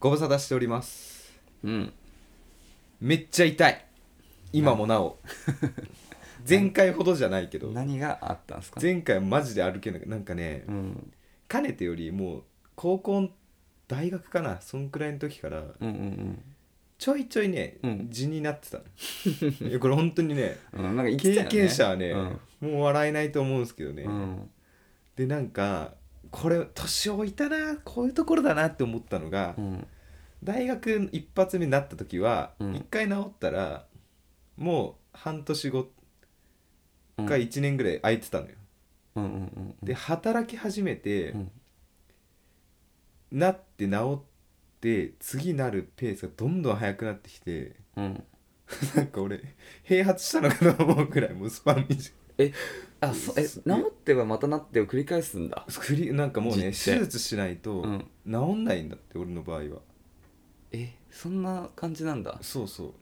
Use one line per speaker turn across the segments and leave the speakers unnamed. ご無沙汰しております
うん
めっちゃ痛い今もなお前回ほどじゃないけど
何があったんですか
前回マジで歩けなくなんかね
うん
かねてよりもう高校大学かなそんくらいの時から
うんうん
ちょいちょいね
うん
地になってたの いやこれ本当にね
うんうんなんか生きてたよ
経
ね
験者はね
うん
もう笑えないと思うんですけどね、
うん
でなんかこれ年老いたなこういうところだなって思ったのが、
うん
大学一発目になった時は、一
うん
回治ったらもう半年後
うん
か1年ぐらい空いてたのよ、
うんうんうん
で働き始めて、
うん
なって治って次なるペースがどんどん速くなってきて
うん
なんか俺併発したのかと思うくらいもうスパン 短い
あそえ治ってはまたなってを繰り返すんだ
ふりなんかもうね手
実践
術しないと
うん
治んないんだって俺の場合は
えそんな感じなんだ
そうそ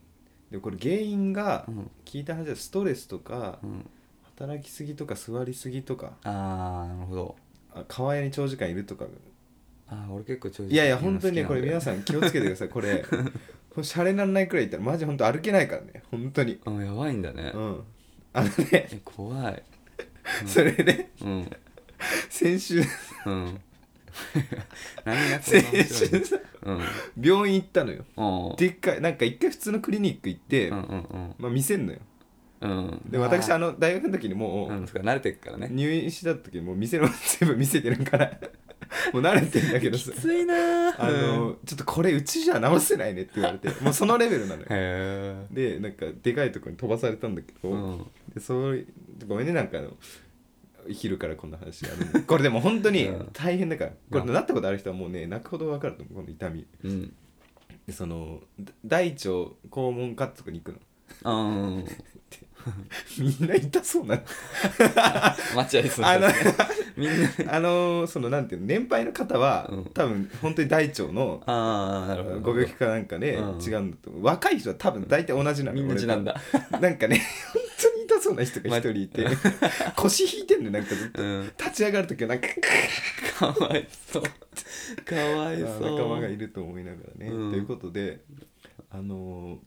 うでこれ原因が
うん
聞いた話だとストレスとか
うん
働きすぎとか座りすぎとか
あーなるほど
あ川屋に長時間いるとか
あー俺結構長時間
いやいや本当にねこれ皆
さ
さん気をつけてくださいこ れこれシャレなんないくらいいったらマジ本当歩けないからね本当に
んうんやばいんだね
うんあのね
え怖い
それで
うん
先週
うん
先
何がそんな面白い
週
の
さ
うん
病院行ったのよ
うん
でっかいなんか一回普通のクリニック行って、
うんうん
まあ見せんのよ
うんうん
で私あ
の
の大学の時にもう、
うんそっか慣れてるからね
入院した時もう店の全部見せてるから もう慣れてんだけどさ
いなー
あの、ちょっとこれうちじゃ直せないねって言われてもうそのレベルなのよ
へえ
でなんかでかいとこに飛ばされたんだけど、
うん
でそうごめんねなんかあの昼からこんな話あのこれでも 本当に
うん
大変だから、これなったことある人はもうね泣くほど分かると思うこの痛み
うん
でそのだ大腸肛門カットとかに行くの
あー
みんな痛そう なの
待合室
あの
みんな
あのそのなんていうの年配の方は、
うん
多分本当に大腸の
ああなるほど
ご病気かなんかで、
うん
違うんだと思う若い人は多分大体同じなの
みんな
俺と
ちなんだ
なんかね本当に痛そうな人が一人いて、 腰引いてんのよなんかずっと
うん
立ち上がる時はなんか
かわいそうかわいそう
仲間がいると思いながらね、
うん
ということであのー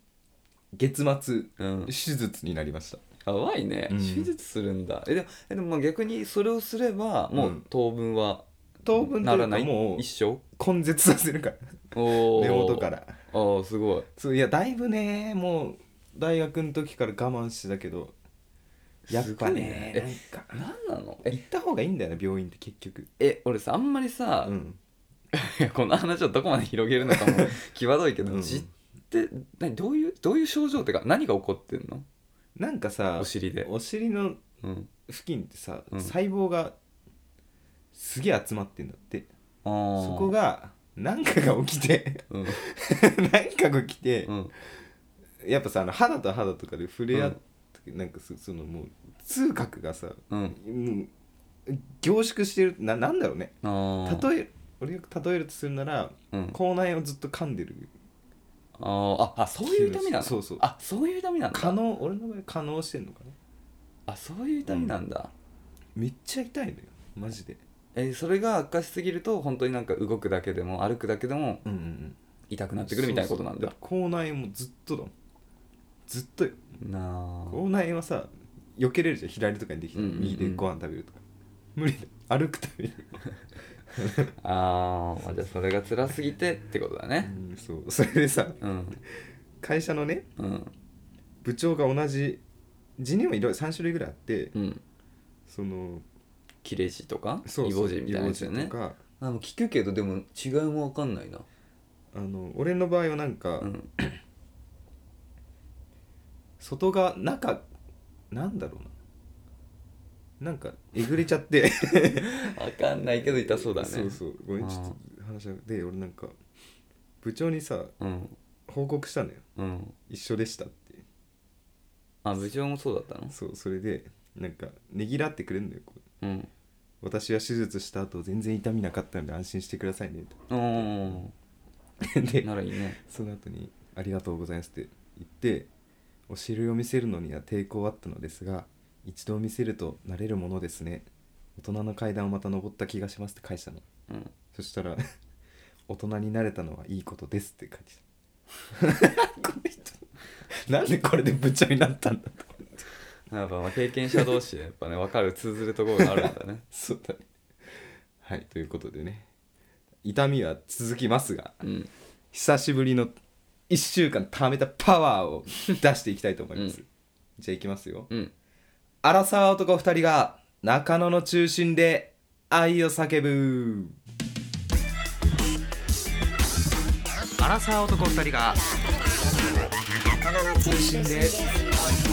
月末
うん
手術になりました
やばいね
うん
手術するんだえでもえでもまあ逆にそれをすればも
うん
う当分は
当分と
ないら
う
な
か
い
もう
一生
根絶させるから
おー
根元から
ああすごい
そういやだいぶねもう大学の時から我慢してたけどやっぱね
すごいね
なんか
何なの
行
え
った方がいいんだよな病院って結局
え俺さあんまりさ、
うん
い やこの話をどこまで広げるの かも際どいけど、
うん
痔って何どういうどういう症状ってか何が起こってんの
なんかさ
お尻で
お尻の
うん
付近ってさ、
うん
細胞がすげえ集まってんだって
あー
そこが何かが起きて
うん
何かが起きて
う、ん
やっぱさあの肌と肌とかで触れ合って、なんかそそのもう痛覚がさ
うん
もう凝縮してるななんだろうね
あー
例え俺よく例えるとするなら、
うん
口内をずっと噛んでる
あーああそういう痛みなの
そうそう
あそういう痛みなん
可
だ
能俺の場合可能してんのかな
あそういう痛みなんだ、
めっちゃ痛いのよマジで
えーそれが悪化しすぎると本当になんか動くだけでも歩くだけでも
うんうんうん
痛くなってくるみたいなことなんだ
そうそう口内もずっとだもんずっとよ
なあ
口内はさ避けれるじゃん左とかにできたら
うんうんうん
右でご飯食べるとか、無理だよ歩くために、
あーまあじゃあそれが辛すぎてってことだね
うんそうそれでさ
うん
会社のね
うん
部長が同じ辞任はいろいろ3種類ぐらいあって
うん
その
切れ痔とか
そう
イ
そ
ボ
う
痔みたいなやつ
イ
だよ
ボ痔
ね
とか
あの聞くけどでも違いも分かんないな
あの俺の場合はなんか、
うん
外側中なんだろうななんかえぐれちゃって
分かんないけど痛そうだ ね
そうそうごめん
あー
ちょっと話がで俺なんか部長にさ
うん
報告したのよ
うん
一緒でしたって
あ部長もそうだったの
そうそれでなんかねぎらってくれるのよこう
うん
私は手術した後全然痛みなかったので安心してくださいね
お
と で
ーならいいね
その後に「ありがとうございます」って言ってお尻を見せるのには抵抗あったのですが一度見せると慣れるものですね大人の階段をまた登った気がしますって返したの
うん
そしたら大人になれたのはいいことです」って書いてたこの人なんでこれで部長になったんだと
やっぱまあ経験者同士やっぱね分かる通ずるところがあるんだね
そうだねはいということでね痛みは続きますが
うん
久しぶりの1週間貯めたパワーを出していきたいと思います、
う
じゃあいきますよ
うん
荒沢男2人が中野の中心で愛を叫ぶ荒沢男2人が中野の中心で愛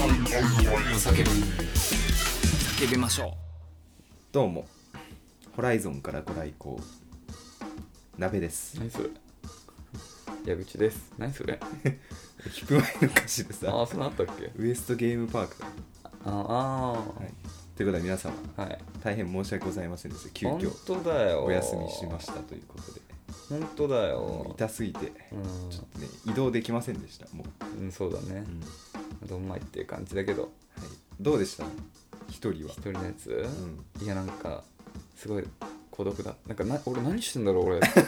を叫ぶ叫びましょうどうもホライゾンからご来光鍋です
何それ矢口です何それ
引く前の歌詞で
あ
さ
あそんなんあったっけ
ウエストゲームパークだ
あ
はい、ということで皆様
あはい
大変申し訳ございませんでした急
本
遽
当だよ
お休みしましたということで
本当だ
もう
よ
痛すぎて
うん
ちょっとね移動できませんでしたもう、
うんそうだね
はい、
どんまいっていう感じだけど
どうでした一人は
一人のやつ
うん
いやなんかすごい孤独だなんかな俺何してんだろう 俺ちょっ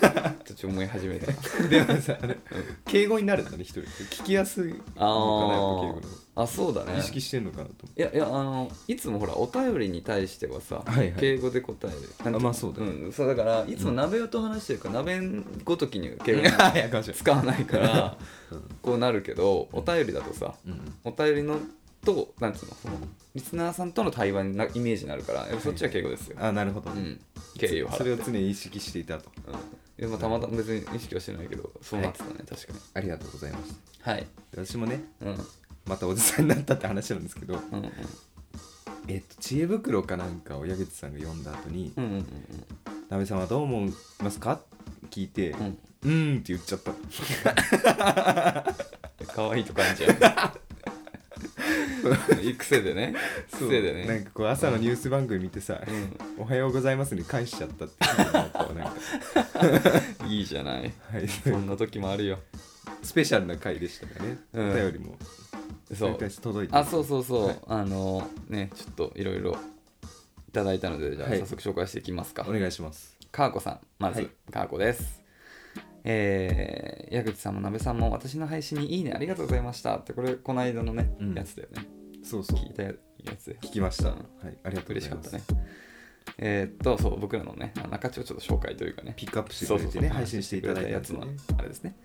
と思い始めた
でもさあれ敬語になるんだね一人って聞きやすいのかな
あー
やっぱ敬語の
あそうだ
方
ね
意識してんのかなと思
いやいやあのいつもほらお便りに対してはさ、
はいはい
敬語で答えるなんていの
まあそうだね
ん、そうだからいつも鍋代と話してるから、鍋ごときに敬語
っていやかもしれない
使わないから
うん
こうなるけどお便りだとさ
うん
お便りのとなんつうのそのリスナーさんとの対話になイメージになるからやっぱそっちは敬語ですよ、
あなるほど、
うん敬意を払って
それを常に意識していたと
うんでもたまたま別に意識はしてないけどそうなってたね、確かに
ありがとうございます
はい
私もね
うんうん
またおじさんになったって話なんですけど
うん
えっと知恵袋かなんかを矢口さんが読んだ後に
うんうん
「なべさんはどう思いますか?」って聞いて
うんう
「
ん
うん」んって言っちゃった
可愛いと感 じや癖でね癖で
なん
ね
かこう朝のニュース番組見てさ「おはようございます」に返しちゃったっていうのがこうなんか
うんいいじゃない
はい
そんな時もあるよ
スペシャルな回でしたよね、
うん
お便りも
そう
毎回届いて
あそうそうそう、
はい
あのねちょっといろいろいただいたのでじゃあ
はい
早速紹介していきますか、
お願いします
かーこさんまず、
はい
かーこですえー、矢口さんもなべさんも私の配信に「いいねありがとうございました」ってこれこの間のね、
うん
やつだよね
そうそう
聞いたやつで
聞きました、
うん
はいありがとうご
嬉
ざ
し
い
か
ま
っ
す
たねえー、っとそう僕らのね中地をちょっと紹介というかね
ピックアップしてくれてね配信していただいた
や
や
つ
つ
の
ね
あれですね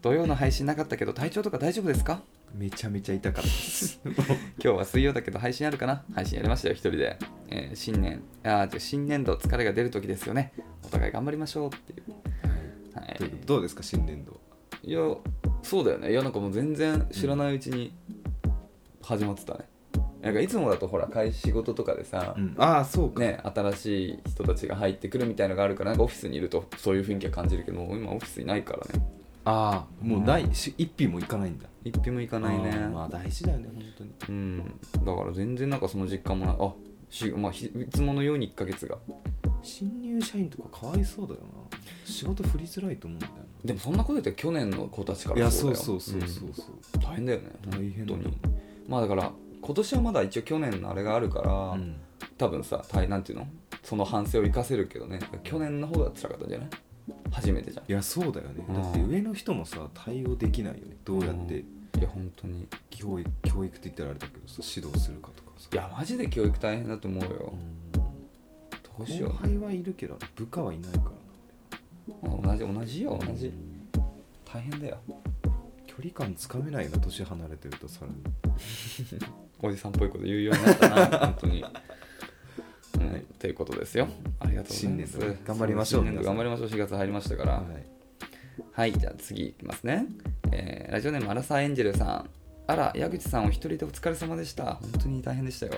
土曜の配信なかったけど体調とか大丈夫ですか
めちゃめちゃ痛かったです もう
今日は水曜だけど配信あるかな配信やりましたよ一人で、えー新年あーじゃあ新年度疲れが出る時ですよねお互い頑張りましょうっていう、は
ということでどうですか新年度
い、いやそうだよねいやなんかもう全然知らないうちに始まってたねなんかいつもだとほら会仕事とかでさ、
うん、ああそうか、
ね、新しい人たちが入ってくるみたいのがあるからなんかオフィスにいるとそういう雰囲気は感じるけどもう今オフィスいないからね
ああもうない、し一品もいかないんだ
一品も行かないね
あーまあ大事だよね本当に
うんだから全然なんかその実感もないあし、まあ、ひいつものように1ヶ月が
新入社員とかかわいそうだよな仕事振りづらいと思うんだよ
でもそんなこと言ったら去年の子たちか
ない
ら
や
そ
そうう
だよ
そうそうそうそう、
うん大変だよね
大変だ
本当にまあだから今年はまだ一応去年のあれがあるから、
うん
多分さ大なんていうのその反省を生かせるけどね去年の方が辛かったんじゃない初めてじゃん
いやそうだよねだって
うん
上の人もさ対応できないよねどうやって
いや本当にい
教育教育って言ったらあれだけどさ指導するかとかさ
やマジで教育大変だと思うよ
うん
どうしよ
後輩はいるけど部下はいないから
うまあ同じ同じよ
な
同じ大変だよ
距離感つかめないな年離れてるとさらに
おじさんっぽいこと言うようになったな本当 に、うん
はい
ということですよありがとうございます
新年度ね頑張りましょう
新年度
皆さ
頑
ん
張りましょう4月入りましたから、
はい
はい、じゃあ次いきますね。えーラジオネームアラサーエンジェルさん。あら、矢口さんお一人でお疲れ様でした。本当に大変でしたよ。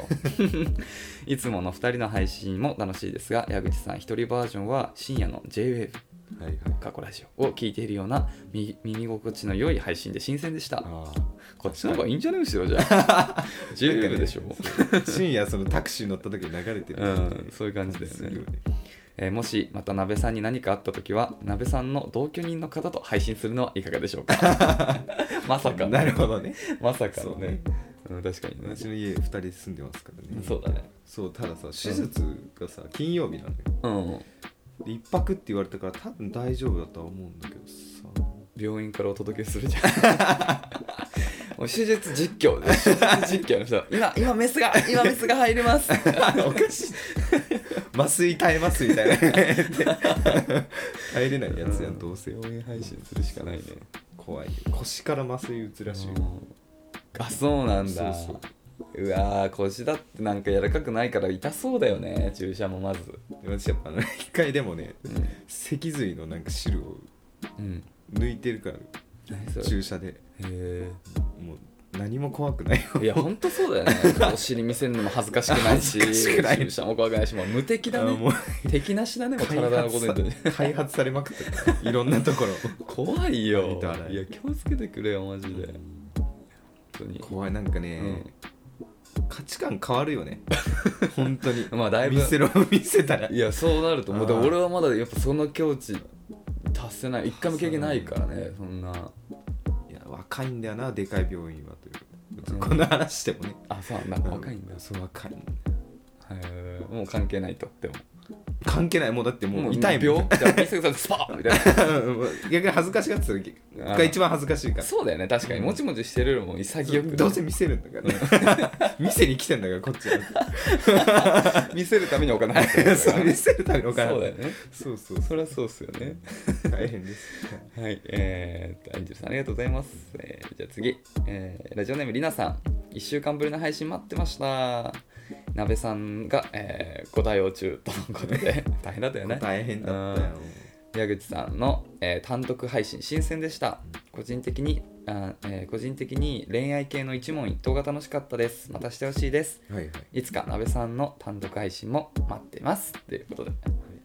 いつもの2人の配信も楽しいですが、矢口さん一人バージョンは深夜の JWAVE
はいはい
過去ラジオを聞いているようなみ耳心地の良い配信で新鮮でした。
あ
こっちの方がいいんじゃない後ろじゃあ。JWAVE でしょ。
あ深夜そのタクシー乗った時に流れてる
うん、そういう感じだよ
すごい
ね
よ。
えーもしまた鍋さんに何かあった時は鍋さんの同居人の方と配信するのはいかがでしょうか まさか
なるほどね
まさか
そ
の
う
ね
ね
うん、確かにね
私の家2人住んでますからね
そうだね
そうたださ手術がさ金曜日なのよ
うん
で一泊って言われたから多分大丈夫だとは思うんだけどさ
病院からお届けするじゃん もう手術実 況で手術実況の人今今メスが今メスが入ります
おかしい麻酔耐えますみた いな耐えれないやつやんどうせ応援配信するしかないね怖い腰から麻酔打つらしいよ
あそうなんだ
そう
うわー腰だってなんか柔らかくないから痛そうだよね注射もまず
で私やっぱね一回でもね
うん、
脊髄のなんか汁を
うん、
抜いてるから
何それへ
注射で
え
もう何も怖くないよ
いやほんとそうだよ ねお尻見せるのも恥ずかしくないし
恥ずかしくない
注射も怖くないしもう無敵だ
あ
ね
もう
敵なしだねもう
開
体のこ
発
と
さ
に
開発されまくってるからいろんなところ
怖い
あり
よ
とあらゆる
いや気をつけてくれよマジで本当に
怖いなんかね、価値観変わるよね本当に
うん、まあだいぶ
見せろ見せたら
いやそうなると思うで
あー
俺はまだやっぱその境地達せない一回も経験ないからねそんない
や若いんだよなでかい病院はという別に
うん
こんな話してもね、
あそうなんだ若いんだ
うそう若い
へーもう関係ないとでも
関係ないもうだってもう痛いも
病
ん
じゃあ見せてくださいスパーみた い
逆に恥ずかしがってた時
あー
が一番恥ずかしいか
な
ら
そうだよね確かにもちもちしてるよりも潔く
どうせ見せるんだから、 見せに来てんだからこっちは
見せるためにお金入って る か
そう見
ら
せるためのお金
そうだよね
そうそう
そりゃそうっすよね
大変 です
はい、えー、アンジェルさんありがとうございます。えーじゃあ次、えーラジオネームりなさん、1週間ぶりの配信待ってました。なべさんが、えーご対応中とのことで、 大変だったよね。
大変だったよ
矢口さんの、えー単独配信、新鮮でした。個人的に、あーえー個人的に恋愛系の一問一答が楽しかったです。またしてほしいです。
はいはい
いつかなべさんの単独配信も待ってます。ということで。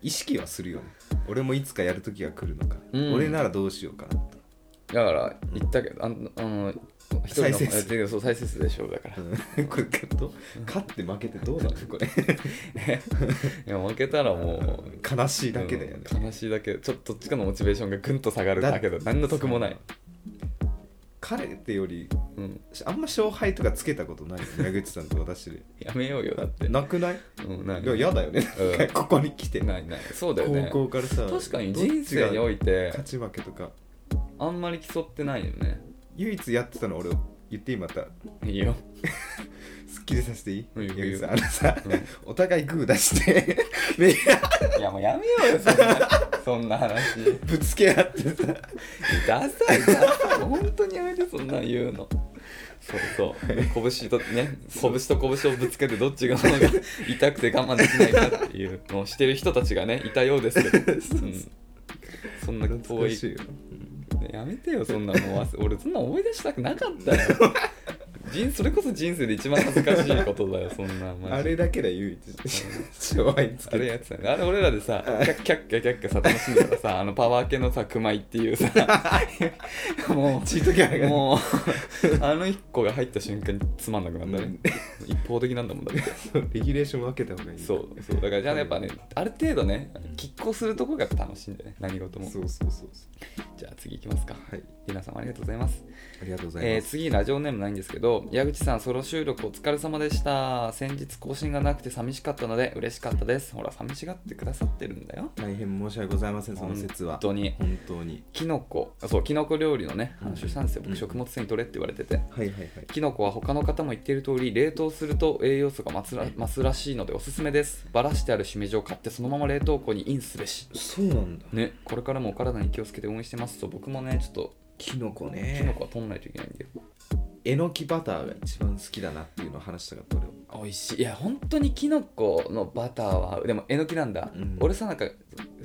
意識はするよね俺もいつかやる時が来るのか、
うん
俺ならどうしようかなと
だから、言ったけど、あの、あの一人の
再生数
えーそう再生数でしょうだから。
うんこれ勝っと勝って負けてどうなのこれ
いや負けたらもう
悲しいだけだよね、
うん悲しいだけちょっとどっちかのモチベーションがぐんと下がるだけど何の得もない、
彼ってより
うん、
あんま勝敗とかつけたことないよね矢口さんと私で
やめようよだって
なくない
うん、ない
いや嫌だよね、
うん
なんかここに来て、
ないないそうだよ
高
ね
校からさ
確かに人生にお
い
いて
勝ち負けとか
あんまり競ってないよね
唯一やってたの俺言っていいまた
いいよ
すっきりさせていい
うん
矢
いい
口
よ
さんあのさ、
うん
お互いグー出して 目
いやもうやめようよそんな そんな話
ぶつけ合ってさ
ダサいダサい本当にやめてそんなん言うのそうそう拳とね拳と拳をぶつけてどっちがものが痛くて我慢できないかっていうのをしてる人たちがねいたようですけど、うん、そんな遠
懐
い
かしいよ
やめてよそんなもう忘れ俺そんな思い出したくなかったよ人それこそ人生で一番恥ずかしいことだよそんなマジで
あれだけだ唯一勝敗つ
あ
け
れ
て
やってたねあれ俺らでさ、キャッキャッキャッキャッキャさ、楽しんでたさ、あのパワー系のさ、熊井っていう さ、もう、
チートキャラがね
もう、あの一個が入った瞬間につまんなくなったね。一方的なんだもんだって。
レギュレーション分けた方がいい
そう、そう。だから、じゃあやっぱね、ある程度ね、拮抗するとこが楽しいんだよね、何事も。
そうそうそうそ
じゃあ次行きますか。
うはい
りなさんありがとうございます。
ありがとうござい
え
ま
ー
す、
次ラジオネームないんですけど矢口さんソロ収録お疲れ様でした先日更新がなくて寂しかったので嬉しかったですほら寂しがってくださってるんだよ
大変申し訳ございませんその説は
本当に
本当に
キノコあそうキノコ料理のね話をしたんですよ、
うん
僕食物繊維取れって言われてて
はいはいはい
キノコは他の方も言っている通り冷凍すると栄養素が増すら増すらしいのでおすすめですバラしてあるしめじを買ってそのまま冷凍庫にインすべし
そうなんだ
ねこれからもお体に気をつけて応援してますと僕もねちょっと
キノコね
キノコは取んないといけないんで
えのきバターが一番好きだなっていうのを話したかった俺は
美味しいいや本当にキノコのバターはでもえのきなんだ、
うん
俺さなんか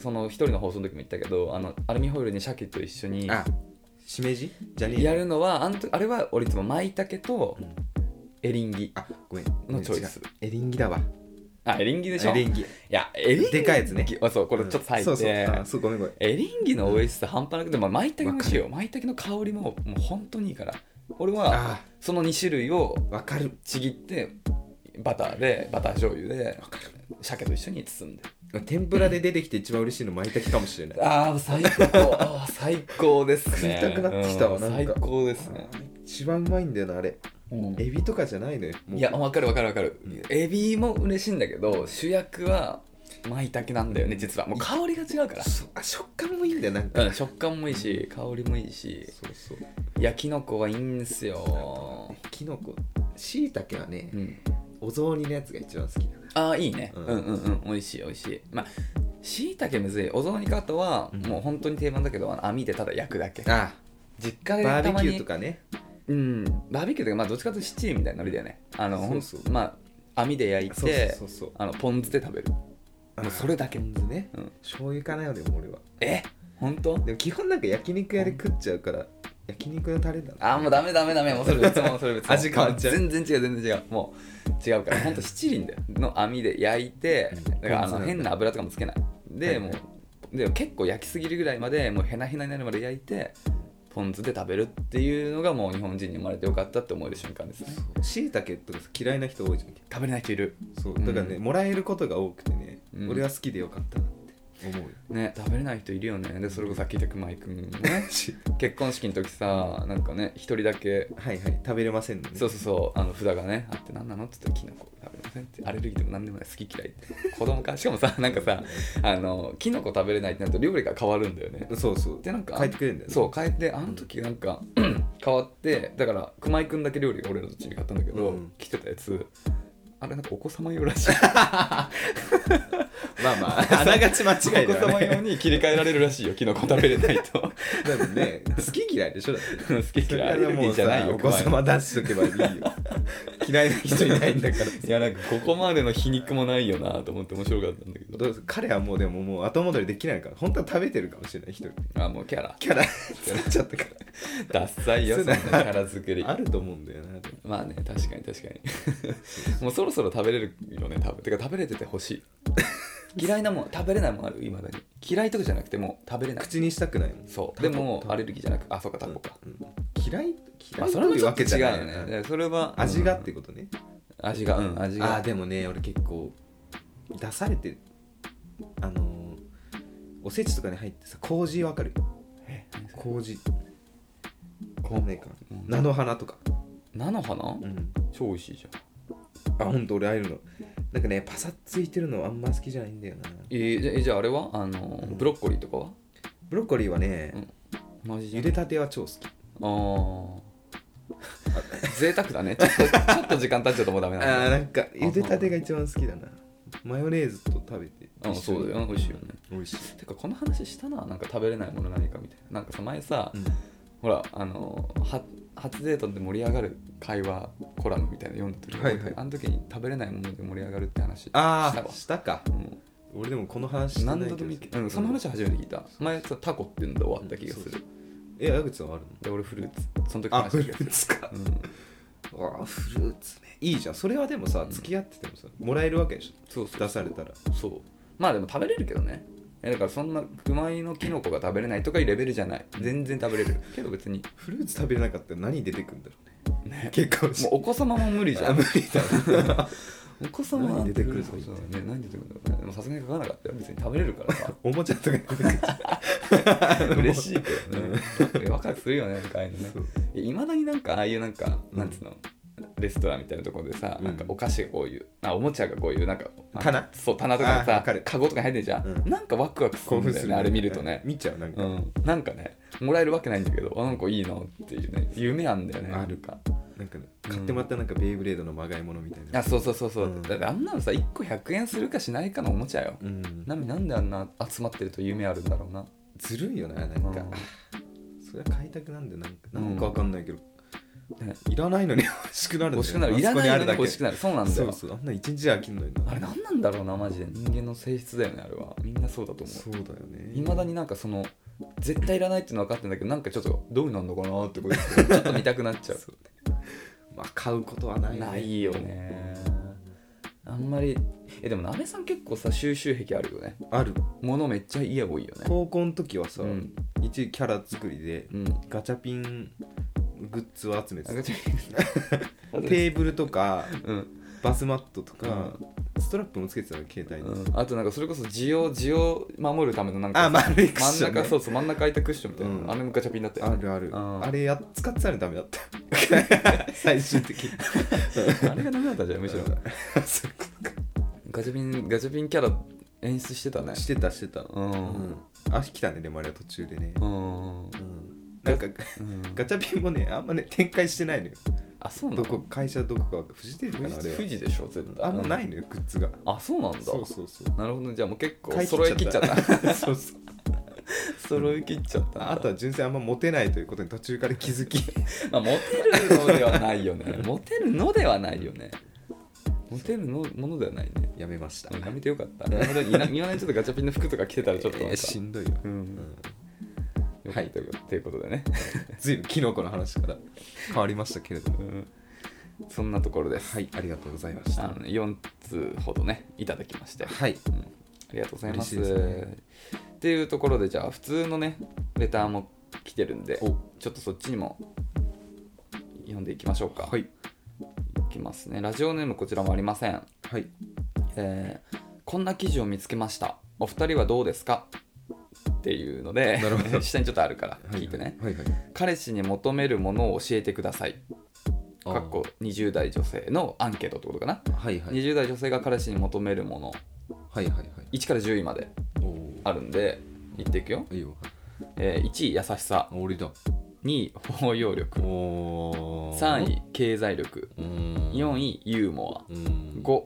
その一人の放送の時も言ったけどあのアルミホイルに鮭と一緒に
あしめじじゃねえ
やるのはあの時あれは俺いつも舞茸と
うん
エリンギ
あごめん
のチョイス
違うエリンギだわ
あエリンギでしょ
エリンギ
いや、エリンギ。
でかいやつね
あ、そう、これちょっと裂いて。
そうそうあそうごめんごめん
エリンギの美味しさ半端なくて、まあ、舞茸も美味しいよ。舞茸の香りも、もう本当にいいから。俺は、
あ
その2種類を
ーわかる
ちぎって、バターで、バター醤油で、鮭と一緒に包んで。
天ぷらで出てきて一番嬉しいの舞茸かもしれない
ああ、最高。あー最高ですね。
食いたくなってきたわ
うん
なん
最
か
高ですね。
一番うまいんだよなあれ
うん
エビとかじゃないのよもう
いや、わかるわかるわかる。エビも嬉しいんだけど、主役は、舞茸なんだよね実はもう香りが違うから
そあ食感もいいんだよなんか
うん、食感もいいし香りもいいし
そうそう
焼きのこはいいんですよ、
きのこしいたけはね、
うん、
お雑煮のやつが一番好きだな
ああいいね、
う
うんん、うんうん美味しい美味しいまあしいたけむずいお雑煮かあとは、
うん
もう本当に定番だけどあの網でただ焼くだけ
あ
実家で
バー
た
ベ
ま
キ
に
ューとかね
うんバーベキューというかまあどっちかというとシチューみたいなノリだよねあの
そうそう
ほんまあ網で焼いて
そうそうそうそう
あのポン酢で食べるも
あ
うそれだけ、
ポン酢ね
うん、
醤油かなよでも俺は
え本当
でも基本なんか焼肉屋で食っちゃうから焼肉のタレだな
あーもうダメダメダメもうそれ別もうそれ 別
味変わっちゃう
全然違う全然違うもう違うからほんと七輪だよの網で焼いて
うん
だからあ
ポン酢なん
の
だ
変な油とかもつけないで、
はい
もうでも結構焼きすぎるぐらいまでもうヘナヘナになるまで焼いてポン酢で食べるっていうのがもう日本人に生まれてよかったって思える瞬間ですね
しいたけとか嫌いな人多いじゃん
食べれない人いる
そうだからね、
う
もらえることが多くてね、
うん
俺は好きでよかったなって思うよ
ね食べれない人いるよねでそれこそさっき言った熊井君もね結婚式の時さなんかね一人だけ
はいはい食べれませんのね
そうそうそうあの札がねあって何なのって言ったら「きのこ食べません」ってアレルギーでも何でもない好き嫌いって子供かしかもさなんかさあのきのこ食べれないってなると料理が変わるんだよね
そうそう
でなんか
変えてくれるんだよね
そう変えてあの時なんか 変わってだから熊井君だけ料理が俺らと違ったんだけど、
うん
来てたやつあれなんかお子様用ら しい
まあ まああながち間違い
お
だ
子
よ
様
ね
用に切り替えられるらしいよきのこ食べれないと
でもね好き嫌いでしょだって
好き嫌いアレ
は
ルギーじゃないよ
お子様出しとけばいいよ嫌いな人いないんだから
いやなんかここまでの皮肉もないよなと思って面白かったんだけど
どうぞ彼はもうでももう後戻りできないから本当は食べてるかもしれない一人
あもうキャラ
キャラ作っちゃったか
ダッサいよ
そ
そ
うんだ
なキャラ作り
らあると思うんだよなでも
まあね確かに確 かにもうそろそろ食べれるよね多分てか食べれててほしい嫌いなもん食べれないもんあるいまだに嫌いとかじゃなくてもう食べれない
口にしたくないもん
そう
タコ
でも
タコ
アレルギーじゃなくあそうかタコか、
うん嫌い
ま
嫌
あ
い
そ
と
れも
い
ち
う
ょ
わ
っと
けじ
違
ゃ
う
ない
よねでそれは
味がっ
うん
てことね
味がうん味が
あーでもね俺結構出されてあのーおせちとかに入ってさ麹わかる
え何それ
麹こんねえか
うん
菜の花とか
菜の花
うん
超美味しいじゃん
あほんと俺ああいうのなんかねパサついてるのあんま好きじゃないんだよな
えーじゃえじゃああれはあのー
うん
ブロッコリーとかは
ブロッコリーはね
うんマジ
茹でたては超好き
あー贅沢だねちょっとちょっと時間経っちゃうともうダメ
あ
なんだ
ーなんか茹でたてが一番好きだなマヨネーズと食べて
うんそうだよ美味しいよね
美味しい
てかこの話したななんか食べれないもの何かみたいななんかさ前さ、ほらあのは初デートで盛り上がる会話コラムみたいなの読んだ時、
はいはい
あの時に食べれないもので盛り上がるって話した
あ
わ
あしたか
うん
俺でもこの話してない
何
けど
度でもいいけど、うん、その話初めて聞いた前さタコっていうんで終わった気がす
うんそ
る、
え矢口さんはあるの
で俺フルーツその時
あ
話
フ
し
ル
た気がす
ー
る
ツか
うん、
あフルーツねいいじゃんそれはでもさ付き合っててもさもらえるわけでし
そう
ょ
そう
出されたら
そうまあでも食べれるけどねえだからそんな熊井のキノコが食べれないとかいうレベルじゃない全然食べれるけど別に
フルーツ食べれなかったら何出てくるんだろうね結構
もうお子様も無理じゃ
あ
ん
無理だな
お子様は
何出てくるの
そうそうね何出てくるんだろうねでもさすがに書かなかったよ別に食べれるから さ
おもちゃとか出てくる
嬉しいけどねワクワクするよねああいうのね
そう
いまだになんかああいうなんか、
うん
なんつうのレストランみたいなところでさ、
うん
なんかお菓子がこういうあおもちゃがこういうなんか
棚
そう棚とか
あーわ
さ
かる
カゴとか入ってんじゃん、
うん
なんかワクワクする
興
んだ
奮
よ
す
ね
る
あれ見るとね、
見ちゃうなん
う
か
ん、なんかねもらえるわけないんだけどあなんかいいなっていうね夢あんだよね
あ
るか
なんかね買ってもらったなんかベイブレードのまがいものみたいな
あそうそうそうそう、
うん
だってあんなのさ1個100円するかしないかのおもちゃよ、
うん
なみなんであんな集まってると夢あるんだろうな
ずるいよななんか
うん
それは買いたくなんでなんか
う
なんんかわかんないけど
ね
いらないのに 欲しくなるんだよ
欲しくなる
あ
い
そ
ら
こ
な
にあ
い
る
のに
だけ
欲しくなるそうなんだ
そ
よ
うそうあんな一日で飽きんのにな
あれ何なんだろうなマジで人間の性質だよねあれはみんなそうだと思
そううだよね
いまだになんかその絶対いらないっていうのは分かってんだけどなんかちょっとどういうのなんのかなってことですよちょっと見たくなっ ちゃう
まあ買うことはないよね
ないよねあんまりえでも鍋さん結構さ収集癖あるよね
ある
物めっちゃ家多いよね
高校の時はさ、
うん
一時キャラ作りで
うん
ガチャピングッズを集めて
あ
た
ちょっと
テーブルとか
うん
バスマットとか、ストラップもつけてたの携帯に、
うんあとなんかそれこそ地を地を守るためのなんか
あ丸いクッショ
真ん
ン、ね、
中そうそう真ん中空いたクッションみたいな、
うん
あれもガチャピンだったよ
あ
ね
るある
うん
あれや使ってたらダメだった 最終的に
あれがダメだったじゃんむしろ
そう
ガチャピンガチャピンキャラ演出してたね
してたしてた
うん
うんあ来たねでもあれは途中でね
うん
うんなんか
うん
ガチャピンもねあんまね展開してないのよ
あそうな
ど
の
こ会社どこかフジテレビか
富
なあ
士
れは
富士でしょ絶対
あんまないいのよグッズが
あそうなんだ
そうそうそう
なるほどじゃあもう結構
買い
揃え切っちゃった
そう そう
揃え切っちゃったな
あとは純粋にあんまモテないということに途中から気づき
まあ、モテるのではないよ ね。モテるのではないよね。モテるのものではないね。
やめました
やめてよかった。なるほど。いなみわねちょっとガチャピンの服とか着てたらちょっとなん
え
か。
ーしんどいよ
う。
うんん
はいうことということでね。
ずいぶんキノコの話から変わりましたけれども
うんそんなところです。
はいありがとうございました
あのね、4つほどね、いただきまして。
はい
うんありがとうございます。
嬉しいですね
っていうところで、じゃあ、普通のね、レターも来てるんで、
お
ちょっとそっちにも読んでいきましょうか。
はい
いきますね。ラジオネーム、こちらもありません。
はい
えーこんな記事を見つけましたお二人はどうですかっていうので
なるほど
下にちょっとあるから聞いてね、
はいはい
彼氏に求めるものを教えてください
あー
かっこ20代女性のアンケートってことかな、
はいはい
20代女性が彼氏に求めるもの
はいはいはい
1から10位まで
おお
あるんで言っていくよ、
いいよ
えー1位優しさ
あ俺だ
2位包容力
おー
3位経済力
うーん
4位ユーモ
うーん
ア5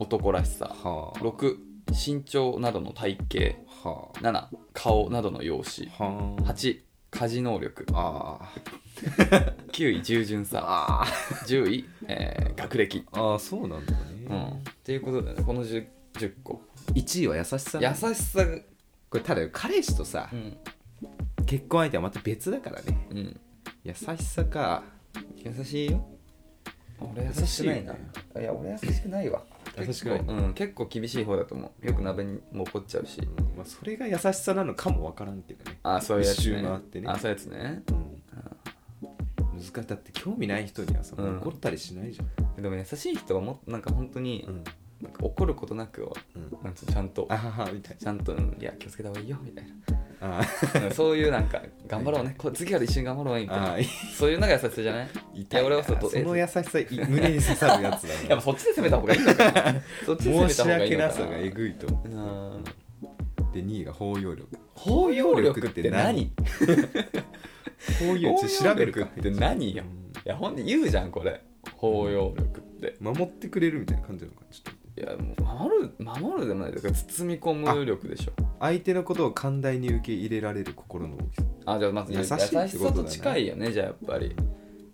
男らしさ
はあ
6身長などの体型
は
7顔などの容姿
あはあ
8家事能力
あー
9位従順さ
あ
10位、えー学歴、
ーあーそうなんだ
う
ね
ん、っていうことでねこの 10, 10個
1位は優しさ
優しさが
これただ彼氏とさ
うん、
結婚相手はまた別だからね
うん、
優しさか
優しいよ俺優しくないな
優しいよ
いや俺優しくないわ
優しくない
結構,、うん、結構厳しい方だと思うよく鍋にも怒っちゃうし、
うんまあそれが優しさなのかもわからんけどね
あそういうやつ
一
ね
周回ってね
あそういうやつね
うん難しいだって興味ない人にはさ、
うん
怒ったりしないじゃん、
でも優しい人はもなんか本当に、
ん
なんか怒ることなく
うん、
なんつうのちゃんと
あははみたい
ちゃんと、うんいや気をつけた方がいいよみたいな
なあ
うんそういうなんか頑張ろうねこう次から一緒に頑張ろうねみたいな
あー
そういうのが優しさじゃない
い
いや俺はそう
その
え
優しさい胸に刺さるやつだ
やっ
な
ぱそっちで攻めた方がいいのかなそっち
申
で攻めた
し
方がいい
訳
のかな
なさがえぐいと思
うん
うで2位が包容力
包容力って何
包
包容
容力調べる
力
か
って何よ
うん
いやほんで言うじゃんこれ包容力って
守ってくれるみたいな感じなのかなちょっと
いやもう守る守るでもないだから包み込む力でしょ
相手のことを寛大に受け入れられる心の大きさ
あじゃあまず
優しいってことだね
優しさと近いよねじゃあやっぱりい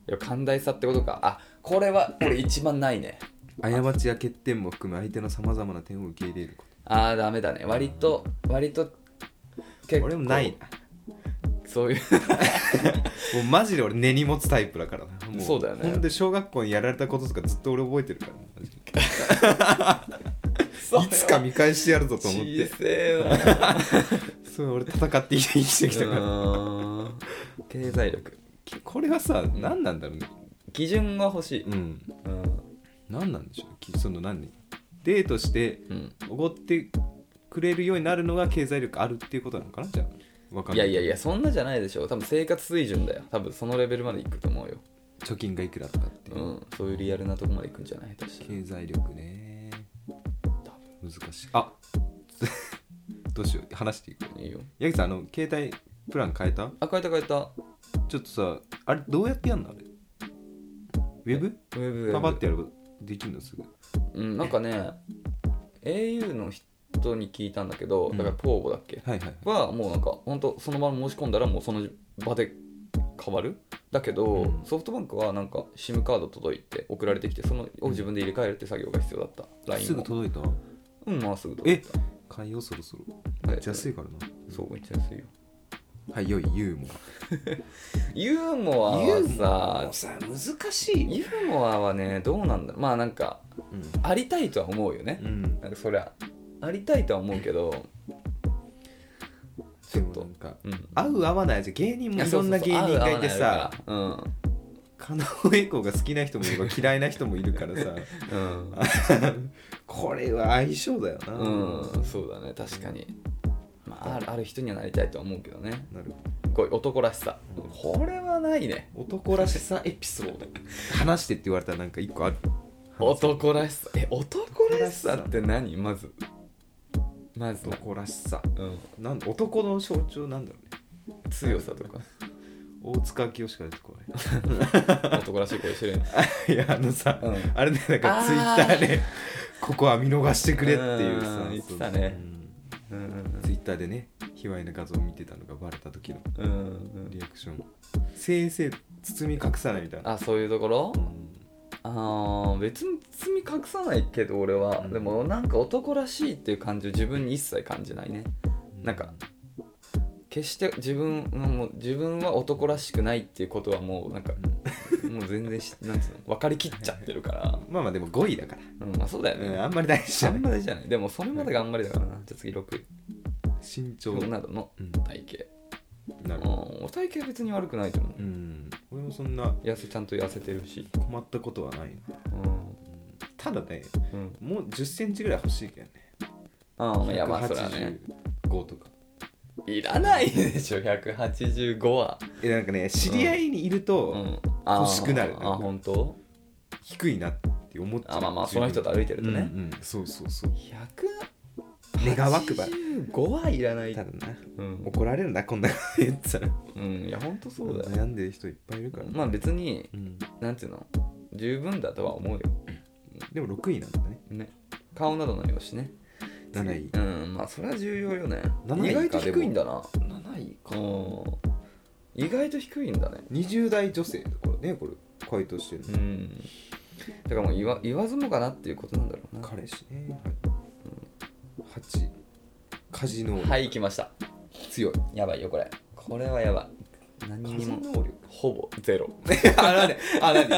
や寛大さってことかあこれは俺一番ないね
過ちや欠点も含め相手のさまざまな点を受け入れるこ
あーダメだね割と割と結
と俺もないな
そ ういう
もうマジで俺根に持つタイプだからなも
そうだよね
ほんで小学校にやられたこととかずっと俺覚えてるからなマジでいつか見返してやるぞと思って
小せえ
そう俺戦って生きてき たから
な経済力
きこれはさ、何なんだろうね
基準が欲しい
うん
うん、
何なんでしょうきその何デートして
うん
おごってくれるようになるのが経済力あるっていうことなのかなじゃあわかん
い
な
や
い
いやいやそんなじゃないでしょ多分生活水準だよ多分そのレベルまでいくと思うよ、
貯金がいくらとかっていうう、
ん、そういうリアルなとこまでいくんじゃない確かに
経済力ね難しいあ どうしよう話していく
いいよ
八木さんあの携帯プラン変えた
あ変えた変えたウ
ちょっとさあれどうやってやんのあれウェブ
ェブウェブ
パパってやればできるのすぐ
うん、なんかね au の人に聞いたんだけど
うん
だからポーボだっけ、
はいはい
はもうなんか本当その場に申し込んだらもうその場で変わるだけど、
うん
ソフトバンクはなんか SIM カード届いて送られてきてそのを自分で入れ替えるって作業が必要だった、LINE
すぐ
も
届いた
うんまあすぐ届い
え
た
変えようそろそろ
え
めっちゃ安いからな
そうめっちゃ安いよ
はいよいユーモ
ユーモア
ア
はさ
さ難しい
ユーモアはねどうなんだろうまあなんかありたいとは思うよね
う、ん
なんかそりゃありたいとは思うけど
で
ちょっ
も
と
なんか
うん
合う合わないじゃ芸人もいろんな芸人がいてさ
そうそう合う合わないあるか
狩野英孝が好きな人もいれば嫌いな人もいるからさ
らうん、うん
これは相性だよな
うん、そうだね、確かに。まあ、あるある人にはなりたいとは思うけどね。
なるほ
こういう男らしさ。これはないね。
ど男らしさエピソード話してって言われたらなんか一個ある
男らしさ。え、男らしさって何まず。まず
男らしさ、うん、なん男の象徴なんだろうね
強さとか
大塚清しか出てこな
男らしい声してるね
い いやあのさ、
うん
あれねなんか
あー
ツイッターで「ここは見逃してくれ」っていうさ
うん言ってたねうん
ツイッターでね卑猥な画像を見てたのがバレた時の
うんうん
リアクションせいせい包み隠さないみたいな
あそういうところ
うん
あー別に罪隠さないけど俺は、
うん
でもなんか男らしいっていう感じを自分に一切感じないねなんか決して自分もう自分は男らしくないっていうことはもうなんかもう全然しなんつうの分かりきっちゃってるから、
まあまあでも5位だから、
うん、まあそうだよね、
うんあんまり大事じ
あ
ゃ
ん
ない
まりじゃないでもそれまでがあんまりだからなじゃあ次6
身長
女のの
うん
体型
なる
うん
ほど
お体型別に悪くないと思う
うん俺もそんな
痩せちゃんと痩せてるし
困ったことはないな
うん、
ただね
うん、
もう1 0ンチぐらい欲しいけどね
ああいやまあそれはね
185とか
いらないでしょ185は、
えなんかね知り合いにいる
う
と
ん、あー
欲しくなる
あ本当
低いなって思っちゃう
あまあまあその人と歩いてると
ね、
ね、
うんうんそうそうそう
100
願わくば
5はいらない
ただな
うん、
怒られるなこんなこと言ったら
うん、いや本当そうだよ、
悩んでる人いっぱいいるから、
まあ別に
うん、
なんていうの十分だとは思うよ、
でも6位なんだね
ね、顔などの容姿ね
7位
うんまあそれは重要よね
7位
意外と
かでも
低いんだな7位か意外と低いんだね
20代女性だからねこれ回答してるの、
うんだからもう言わ言わずもがなっていうことなんだろうな
彼氏ね、はい、8家事能力、
はい来ました
強い
やばいよこれこれはやばい何
家
に
事能
も
力
ほぼゼ ロ
あ何あ何